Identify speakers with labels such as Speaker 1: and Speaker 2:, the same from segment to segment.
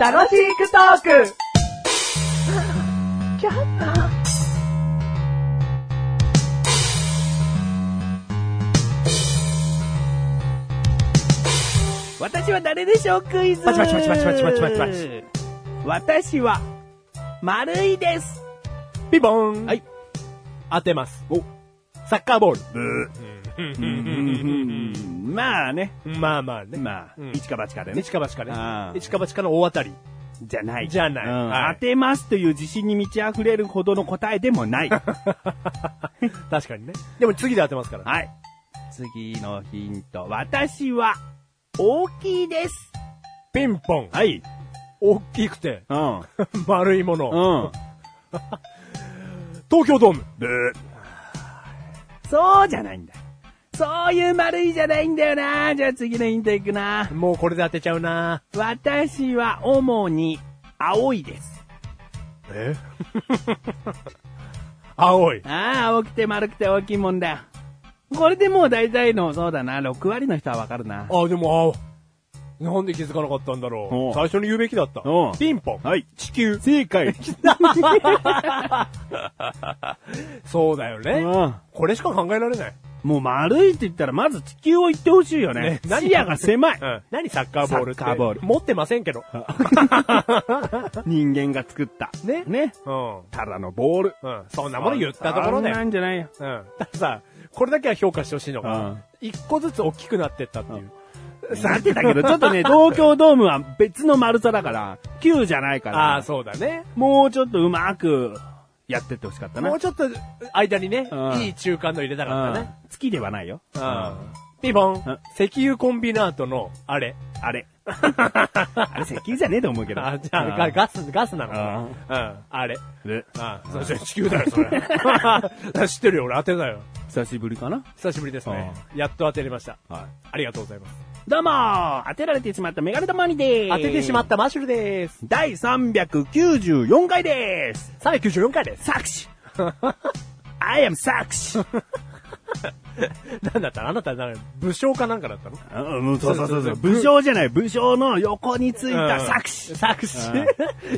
Speaker 1: 楽しくトーク
Speaker 2: 私は誰でしょうクイズ
Speaker 3: パチパチパチパチパチパチパチパチ
Speaker 2: 私は、丸いです
Speaker 3: ピンポン
Speaker 2: はい。
Speaker 3: 当てます。
Speaker 2: お
Speaker 3: サッカーボール。
Speaker 2: まあね。
Speaker 3: まあまあね。
Speaker 2: まあ
Speaker 3: うん、
Speaker 2: 一か八かでね
Speaker 3: 一。か八かね
Speaker 2: あ。ー
Speaker 3: 一か八かの大当たり。
Speaker 2: じゃない。
Speaker 3: じゃない
Speaker 2: うん
Speaker 3: はい
Speaker 2: 当てますという自信に満ち溢れるほどの答えでも ない。
Speaker 3: 確かにね。でも次で当てますから。
Speaker 2: はい。次のヒント。私は、大きいです。
Speaker 3: ピンポン。
Speaker 2: はい。
Speaker 3: 大きくて、
Speaker 2: うん。
Speaker 3: 丸いもの。
Speaker 2: うん。
Speaker 3: 東京ドーム。
Speaker 2: ブー。そうじゃないんだ。そういう丸いじゃないんだよな。じゃあ次のヒントいくな。
Speaker 3: もうこれで当てちゃうな
Speaker 2: 私は主に青いです。
Speaker 3: え 青い。
Speaker 2: ああ、青くて丸くて大きいもんだよ。これでもう大体の、そうだな、6割の人はわかるな。
Speaker 3: あ、でも青。なんで気づかなかったんだろ
Speaker 2: おう
Speaker 3: う。最初に言うべきだった
Speaker 2: おう。
Speaker 3: ピンポン。
Speaker 2: はい。
Speaker 3: 地球。
Speaker 2: 正解。
Speaker 3: そうだよね。これしか考えられない。
Speaker 2: もう丸いって言ったら、まず地球を言ってほしいよね。視野が狭い。
Speaker 3: うん何サッカーボールって。
Speaker 2: サッカーボール
Speaker 3: 持ってませんけど。
Speaker 2: 人間が作った。
Speaker 3: ね
Speaker 2: ね。
Speaker 3: うん。
Speaker 2: ただのボール。
Speaker 3: うん。そんなもの言ったところ
Speaker 2: そん
Speaker 3: で。
Speaker 2: なんじゃないよ。
Speaker 3: うん。たださ、これだけは評価してほしいの
Speaker 2: うん
Speaker 3: が、一個ずつ大きくなってったっていう。
Speaker 2: なってたけど、ちょっ とね、東京ドームは別の丸さだから、9じゃないから。
Speaker 3: ああ、そうだね。
Speaker 2: もうちょっとうまくやってってほしかったな。
Speaker 3: もうちょっと、間にね
Speaker 2: うん、
Speaker 3: いい中間の入れたかったね。
Speaker 2: うん月ではないよ。
Speaker 3: うん。ピンポン
Speaker 2: ん。
Speaker 3: 石油コンビナートの、あれ。
Speaker 2: あれ。あれ石油じゃねえと思うけど。
Speaker 3: あ、じゃあ、
Speaker 2: う
Speaker 3: ガ
Speaker 2: ん
Speaker 3: ガス、ガスなのかな。うん。あれ。
Speaker 2: で
Speaker 3: あ、そうそう、地球だよ、それ。 知ってるよ、俺当てたよ。
Speaker 2: 久しぶりかな
Speaker 3: 久しぶりですね。やっと当てれました。
Speaker 2: は
Speaker 3: ありがとうございます。
Speaker 2: い。どうも当てられてしまったメガネ玉にでーす。。
Speaker 3: 当ててしまったたマシュルです。
Speaker 2: 第394回でーす。
Speaker 3: 394回です。
Speaker 2: 作 詞 I am 作詞
Speaker 3: なんだったあなた、なんか武将かなんかだったの
Speaker 2: うん、そうそうそうそう。
Speaker 3: そうそうそう
Speaker 2: 武将じゃない、武将の横についた作詞。
Speaker 3: 作詞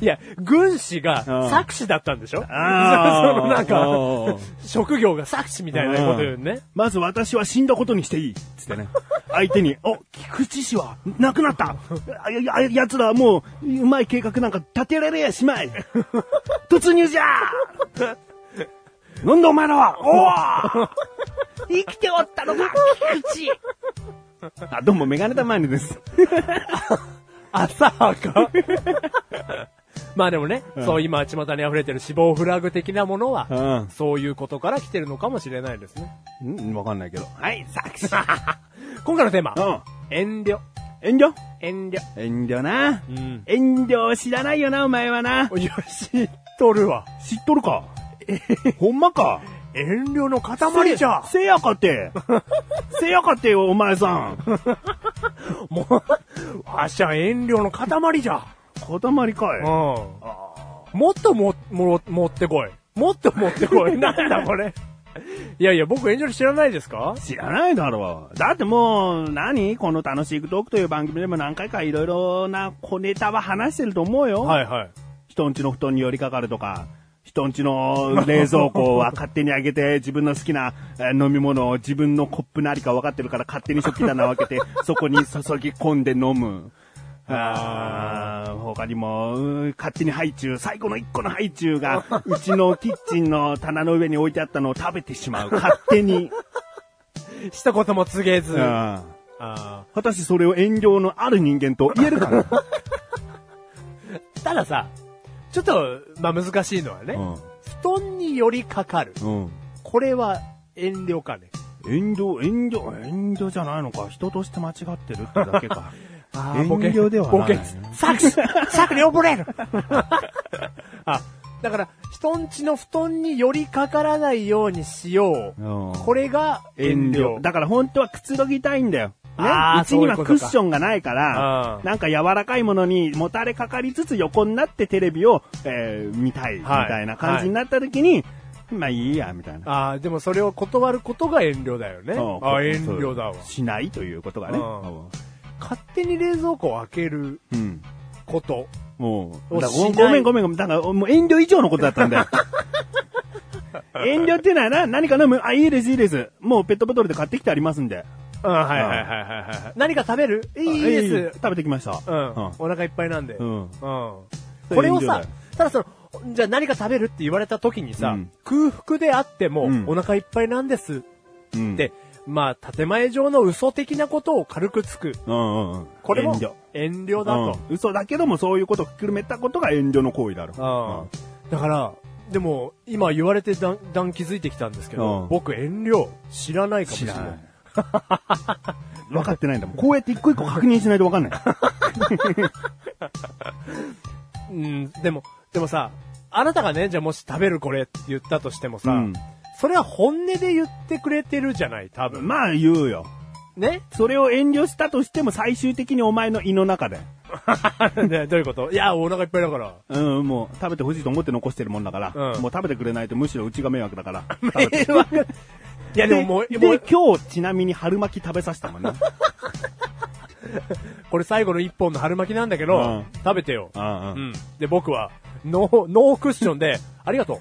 Speaker 3: いや、軍師
Speaker 2: うん
Speaker 3: が作詞だったんでしょ そ
Speaker 2: あー
Speaker 3: のなん
Speaker 2: お
Speaker 3: か
Speaker 2: ー、
Speaker 3: 職業が作詞みたいなこと言うね。
Speaker 2: まず私は死んだことにしていい。つってね。相手に、お、菊池氏は亡くなった。あや、や、やつらはもう、うまい計画なんか立てられやしまい。突入じゃなんだお前らはおお生きておったのか、菊池あ、どうも、メガネタマネです。
Speaker 3: 浅はか まあでもね、そう今巷に溢れてる死亡フラグ的なものは
Speaker 2: う、ん
Speaker 3: そういうことから来てるのかもしれないですね。
Speaker 2: うん、わかんないけど。はい、作詞。
Speaker 3: 今回のテーマ、
Speaker 2: うん。
Speaker 3: 遠慮。
Speaker 2: 遠慮
Speaker 3: 遠慮。
Speaker 2: 遠慮な。
Speaker 3: うん。
Speaker 2: 遠慮を知らないよな、お前はな。
Speaker 3: よし、とるわ。
Speaker 2: 知っとるか。 ほんまか。
Speaker 3: 遠慮の塊じゃ。
Speaker 2: せやか て。せやかてよ、お前さん。
Speaker 3: もう、わしゃ遠慮の塊じゃ。
Speaker 2: 塊か
Speaker 3: う
Speaker 2: い
Speaker 3: ん。。もっとも、も、持ってこい。もっと持ってこ い。なんだこれ。いやいや、僕遠慮知らないですか
Speaker 2: 知らないだろう。だってもう、何この楽しいトークという番組でも何回かいろいろな小ネタは話してると思うよ。
Speaker 3: はいはい。
Speaker 2: 人んちの布団に寄りかかるとか、人んちの冷蔵庫は勝手に開けて、 自分の好きなえー飲み物を自分のコップなりか分かってるから勝手に食器棚を開けて、そこに注ぎ込んで飲 む。あー他にも、うー勝手にハイチュウ、最後の一個のハイチュウが、 うちのキッチンの棚の上に置いてあったのを食べてしまう。勝手に。
Speaker 3: 一言も告げず。
Speaker 2: う
Speaker 3: あ
Speaker 2: ん
Speaker 3: あ
Speaker 2: 果たしてそれを遠慮のある人間と言えるかな
Speaker 3: ーたださ、ちょっと、まあ難しいのはね、布団に寄りかかる。
Speaker 2: うん。うん。
Speaker 3: これは遠慮かね。
Speaker 2: 遠慮、遠慮、遠慮じゃないのか。人として間違ってるってだけ か。
Speaker 3: あ
Speaker 2: ーボケボケ
Speaker 3: 作 詞作に溺れる あ、だから、人んちの布団に寄りかからないようにしよう。これが遠
Speaker 2: 遠
Speaker 3: 慮。
Speaker 2: 慮。だから本当はくつろぎたいんだよ。ね
Speaker 3: あー、
Speaker 2: うちには
Speaker 3: そういう
Speaker 2: ク
Speaker 3: こと
Speaker 2: ッ
Speaker 3: か
Speaker 2: ションがないから
Speaker 3: う、ん
Speaker 2: なんか柔らかいものにもたれかかりつつ横になってテレビを、えー見たい、み
Speaker 3: はい
Speaker 2: たいな感じになった時に、まあいいや、みたいな。
Speaker 3: ああ、でもそれを断ることが遠慮だよね。
Speaker 2: うん
Speaker 3: ああ、遠慮だわ。
Speaker 2: しないということがね。
Speaker 3: うん勝手に冷蔵庫を開ける
Speaker 2: うん。
Speaker 3: こと。
Speaker 2: もう、だから
Speaker 3: しない
Speaker 2: ごめんごめんごめん。だから、もう遠慮以上のことだったん だよ。遠慮ってのはな、何か飲むあ、いいです、いいです。もうペットボトルで買ってきてありますんで。
Speaker 3: うん、はいはいはいはいはい。何か食べるいいで
Speaker 2: あいい
Speaker 3: す。
Speaker 2: 食べてきました。
Speaker 3: うん。お腹いっぱいなんで。
Speaker 2: う
Speaker 3: うん。
Speaker 2: ん。うん。
Speaker 3: こ
Speaker 2: それ
Speaker 3: れを
Speaker 2: いいんじゃな
Speaker 3: さ
Speaker 2: い、
Speaker 3: ただその、じゃあ何か食べるって言われた時にさ、
Speaker 2: うん
Speaker 3: 空腹であっても、
Speaker 2: うん
Speaker 3: お腹いっぱいなんです
Speaker 2: うん。
Speaker 3: って、まあ、建前上の嘘的なことを軽くつく。
Speaker 2: うんうんうん。
Speaker 3: これも
Speaker 2: 遠慮。
Speaker 3: 遠慮だと。
Speaker 2: うん嘘だけどもそういうことをひっくるめたことが遠慮の行為だろ。
Speaker 3: うんだから、でも、今言われてだん、だん気づいてきたんですけ
Speaker 2: う
Speaker 3: ど
Speaker 2: ん、
Speaker 3: 僕遠慮知らないかもしれない。。
Speaker 2: 分かってないんだもん。こうやって一個一個確認しないと分かんない。
Speaker 3: うん、でも、でもさ、あなたがね、じゃあもし食べるこれって言ったとしてもさ、
Speaker 2: うん
Speaker 3: それは本音で言ってくれてるじゃない、多分。
Speaker 2: まあ言うよ。
Speaker 3: ね
Speaker 2: それを遠慮したとしても最終的にお前の胃の中で。
Speaker 3: ねどういうこといや、お腹いっぱいだから。
Speaker 2: うん、もう食べてほしいと思って残してるもんだから、
Speaker 3: うん
Speaker 2: もう食べてくれないとむしろうちが迷惑だから。食べて
Speaker 3: 迷惑 いや、でもも
Speaker 2: で
Speaker 3: う、もう
Speaker 2: で、今日ちなみに春巻き食べさせたもん ね。
Speaker 3: これ最後の一本の春巻きなんだけど、
Speaker 2: うん
Speaker 3: 食べてよ。
Speaker 2: うん
Speaker 3: うん。で、僕は、ノー、ノークッションで、ありがとう。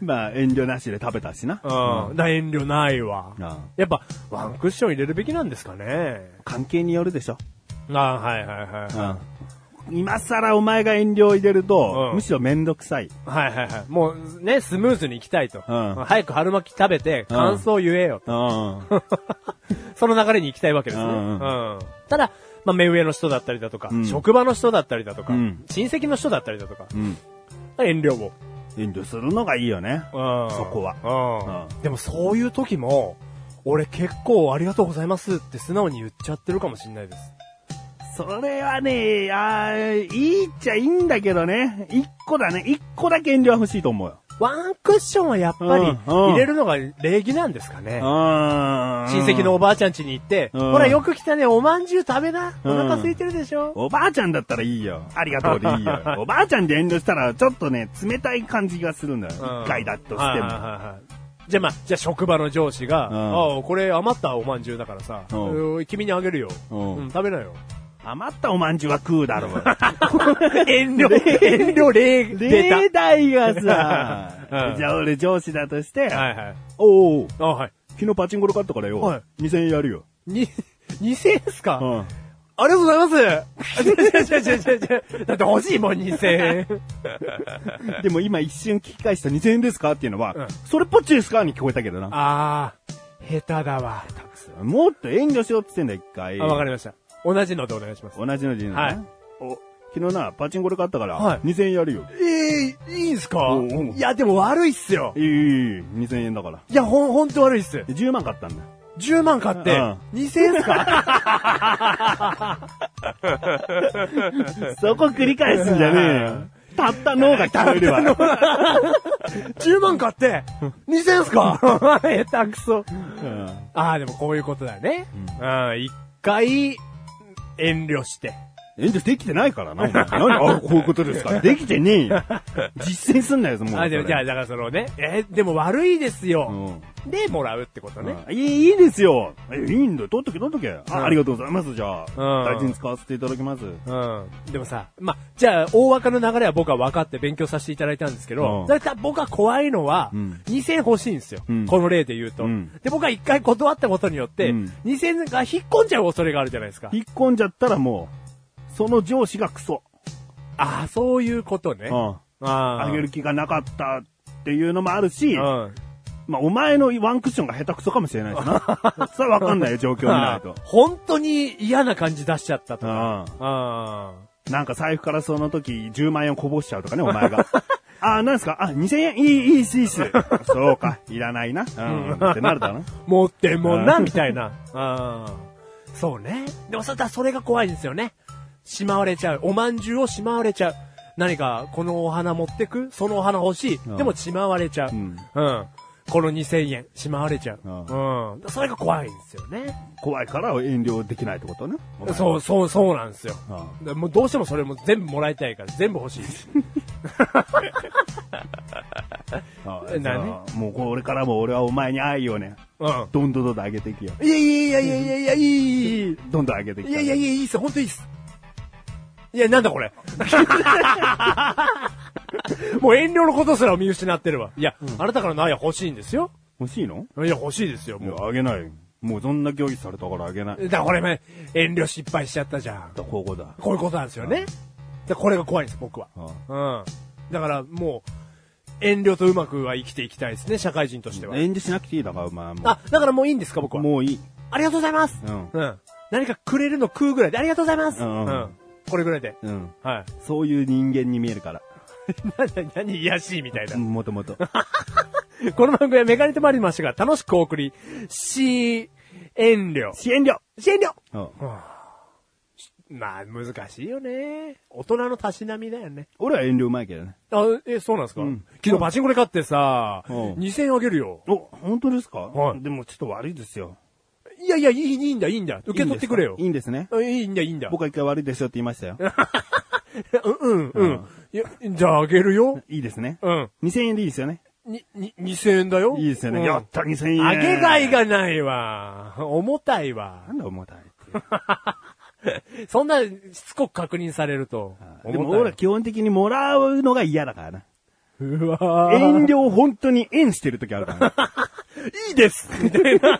Speaker 2: まあ遠慮なしで食べたし な。
Speaker 3: うん。な遠慮ないわ。
Speaker 2: うん
Speaker 3: やっぱ、ワンクッション入れるべきなんですかね。
Speaker 2: 関係によるでしょ。
Speaker 3: あはいはいはい。はい
Speaker 2: 今更お前が遠慮を入れると、
Speaker 3: うん
Speaker 2: むしろめんどくさい。
Speaker 3: はいはい。もう、ね、スムーズに行きたいと。
Speaker 2: うん
Speaker 3: 早く春巻き食べて、
Speaker 2: うん
Speaker 3: 感想言えよと。
Speaker 2: うん。
Speaker 3: その流れに行きたいわけです
Speaker 2: う
Speaker 3: ね。うんん。ただ、まあ、目上の人だったりだとか、
Speaker 2: うん
Speaker 3: 職場の人だったりだとか、
Speaker 2: うん
Speaker 3: 親戚の人だったりだとか、
Speaker 2: うん。
Speaker 3: 遠慮を。
Speaker 2: 遠慮するのがいいよね。そこ
Speaker 3: は
Speaker 2: う
Speaker 3: うん。でもそういう時も、俺結構ありがとうございますって素直に言っちゃってるかもしれないです。
Speaker 2: それはね、あーいいっちゃいいんだけどね。一個だね。一個だけ遠慮は欲しいと思うよ。
Speaker 3: ワンクッションはやっぱ
Speaker 2: う
Speaker 3: り
Speaker 2: ん
Speaker 3: 入れるのが礼儀なんですかね。親
Speaker 2: 親
Speaker 3: 戚のお
Speaker 2: おば
Speaker 3: ばあちゃん家に行って、
Speaker 2: うん
Speaker 3: ほらよく来たね、おまんじゅう食べな。お
Speaker 2: うん
Speaker 3: 腹空いてるでしょ。
Speaker 2: あちゃんだったらいいよ。ありがとうでいいよ。 おばあちゃんで遠慮したら、ちょっとね、冷たい感じがするんだよ。
Speaker 3: うん
Speaker 2: 一回だと
Speaker 3: は
Speaker 2: し
Speaker 3: い
Speaker 2: て
Speaker 3: はいはい
Speaker 2: も。
Speaker 3: はいじゃあまあ、じゃあ職場の上司が、
Speaker 2: うん
Speaker 3: ああ、これ余ったおまんじゅうだからさ、
Speaker 2: うん
Speaker 3: うー君にあげるよ。
Speaker 2: うん
Speaker 3: うん、食べなよ。
Speaker 2: 余ったおまんじゅうは食うだ ろう。
Speaker 3: 遠慮、遠慮、礼、出た。
Speaker 2: 例題がさ
Speaker 3: う、ん
Speaker 2: じゃあ俺上司だとして、
Speaker 3: はいはい。
Speaker 2: おうおう
Speaker 3: あはい。
Speaker 2: 昨日パチンコで買ったからよ、
Speaker 3: はい
Speaker 2: 2000円やるよ。
Speaker 3: に、2000円っすか、
Speaker 2: うん
Speaker 3: ありがとうございますあ違う違う違う違う違 うだって欲しいもん、2000円。
Speaker 2: でも今一瞬聞き返した2000円ですかっていうのは、
Speaker 3: うん
Speaker 2: それっぽっちですかに聞こえたけどな。
Speaker 3: あー、下手だわ。
Speaker 2: もっと遠慮しようって言ってんだ、一回。
Speaker 3: あ、わかりました。同じのでお願いします。
Speaker 2: 同じのでいいのね。
Speaker 3: はい
Speaker 2: お昨日な、パチンコで買ったから、
Speaker 3: はい
Speaker 2: 2000円やるよ。
Speaker 3: ええいいんすか
Speaker 2: おうおう
Speaker 3: いや、でも悪いっすよ
Speaker 2: い。い、いい、2000円だから。
Speaker 3: いや、ほん、ほんと悪いっす。
Speaker 2: で10万買ったんだよ。
Speaker 3: 10万買って、
Speaker 2: うん
Speaker 3: 2000円っす か
Speaker 2: そこ繰り返すんじゃ ねえよ。たった脳が聞こえるわ。
Speaker 3: ?10 万買って、2000円っすか 下手くそ。
Speaker 2: うん
Speaker 3: ああ、でもこういうことだね。うん、一回、遠慮して。
Speaker 2: 遠慮できてないからな、お前何あ、こういうことです か。できてねえよ。実践すんなよ、もう。
Speaker 3: あでも
Speaker 2: それ
Speaker 3: じゃあ、だからそのね、えーでも悪いですよ。で、もらうってこと
Speaker 2: うん
Speaker 3: ね。
Speaker 2: いい、いいですよ。えいいんだよ。取っとけ、取っとけ。
Speaker 3: うん
Speaker 2: あありがとうございます、じゃあ。
Speaker 3: うん
Speaker 2: 大事に使わせていただきます。
Speaker 3: うん。でもさ、ま、じゃあ、大枠の流れは僕は分かって勉強させていただいたんですけ
Speaker 2: う
Speaker 3: ど
Speaker 2: ん、
Speaker 3: だいたい僕は怖いのは、
Speaker 2: うん
Speaker 3: 2000欲しいんですよ
Speaker 2: うん。
Speaker 3: この例で言うと
Speaker 2: うん。
Speaker 3: で、僕は一回断ったことによって、
Speaker 2: うん
Speaker 3: 2000が引っ込んじゃう恐れがあるじゃないですか。
Speaker 2: 引っ込んじゃったらもう、その上司がクソ。
Speaker 3: ああ、そういうことね。
Speaker 2: うん
Speaker 3: あ
Speaker 2: あげる。気がなかったっていうのもある
Speaker 3: う
Speaker 2: し、
Speaker 3: ん。
Speaker 2: まあ、お前のワンクッションが下手くそかもしれないし な。それはわかんないよ、状況見ないと。
Speaker 3: 本当に嫌な感じ出しちゃったと
Speaker 2: う
Speaker 3: か。
Speaker 2: ん。
Speaker 3: あ
Speaker 2: なんか財布からその時10万円こぼしちゃうとかね、お前が。 あー、なんですかあ、2000円いい、いい、いいっす、いいっす。そうか、いらないな。うん、ってなるだろうな。
Speaker 3: 持っても
Speaker 2: あ
Speaker 3: な、みたいな。あーそうね。でもそ、だそれが怖いんですよね。しまわれちゃう。おまんじゅうをしまわれちゃう。何か、このお花持ってくそのお花欲しい。
Speaker 2: うん
Speaker 3: でも、しまわれちゃう。
Speaker 2: う
Speaker 3: うんん。この2000円、しまわれちゃう。
Speaker 2: う
Speaker 3: うん。それが怖いんですよね。
Speaker 2: 怖いから遠慮できないってことね。
Speaker 3: そう、そう、そうなんですよ。
Speaker 2: う
Speaker 3: だもうどうしてもそれも全部もらいたいから、全部欲しいです。
Speaker 2: あ
Speaker 3: え何
Speaker 2: そうもうこれからも俺はお前に愛をね、
Speaker 3: うん
Speaker 2: どんどんどんどん上げていくよ。
Speaker 3: いやいやいやいやいやいや、いい、いい、いい。
Speaker 2: どんどん上げていく
Speaker 3: い
Speaker 2: か
Speaker 3: や
Speaker 2: ら。
Speaker 3: いやいや、いいっす、本当いいっす。いや、なんだこ れ。もう遠慮のことすら見失ってるわ。いや、あなたからの愛は欲しいんですよ。
Speaker 2: 欲しいの
Speaker 3: いや、欲しいですよ、
Speaker 2: いや
Speaker 3: もう。
Speaker 2: あげない。もうそんな協議されたからあげない。
Speaker 3: だからこれね、遠慮失敗しちゃったじゃん。
Speaker 2: ここだ。
Speaker 3: こういうことなんですよね。でこれが怖いんです、僕は。うん。だからもう、遠慮とうまくは生きていきたいですね、社会人としては。
Speaker 2: 遠慮しなくていいだから、お前も
Speaker 3: あ、だからもういいんですか、僕
Speaker 2: う。
Speaker 3: は。
Speaker 2: もういい。
Speaker 3: ありがとうございます。
Speaker 2: うん。
Speaker 3: うん。何かくれるの食うぐらいで、ありがとうございます。
Speaker 2: うん
Speaker 3: これぐらいで。
Speaker 2: うん。
Speaker 3: はい。
Speaker 2: そういう人間に見えるから。
Speaker 3: 何、何、癒やしいみたいな。
Speaker 2: もともと。
Speaker 3: この番組はメガネとマリマシが楽しくお送り、し、遠慮。
Speaker 2: 支援料
Speaker 3: し、遠慮
Speaker 2: うん
Speaker 3: まあ、難しいよね。大人のたしなみだよね。
Speaker 2: 俺は遠慮うまいけどね。
Speaker 3: あ、え、そうなんですか、
Speaker 2: うん
Speaker 3: 昨日パチンコで勝ってさ、
Speaker 2: うん
Speaker 3: 2000円あげるよ。
Speaker 2: お、本当ですか
Speaker 3: はい
Speaker 2: でもちょっと悪いですよ。
Speaker 3: いやいや、いい、いいんだ、いいんだ。受け取ってくれよ。
Speaker 2: いいんですかいいんですね。
Speaker 3: あいいんだ、いいん だ。
Speaker 2: 僕は一回悪いですよって言いましたよ。
Speaker 3: うん、うん、うん。いやじゃああげるよ。
Speaker 2: いいです ね。
Speaker 3: うん。
Speaker 2: 2000円でいいですよね。
Speaker 3: に、に、2000円だよ。
Speaker 2: いいですよ
Speaker 3: う
Speaker 2: ね。
Speaker 3: ん
Speaker 2: やった、2000円。
Speaker 3: あげがい。がないわ。重たいわ
Speaker 2: な。んだ、重たいって。
Speaker 3: そんな、しつこく確認されると。
Speaker 2: でも
Speaker 3: 重たい
Speaker 2: 俺は基本的にもらうのが嫌だからな。
Speaker 3: うわー
Speaker 2: 遠慮を本当に縁してる時あるからね。
Speaker 3: いいですみたいな。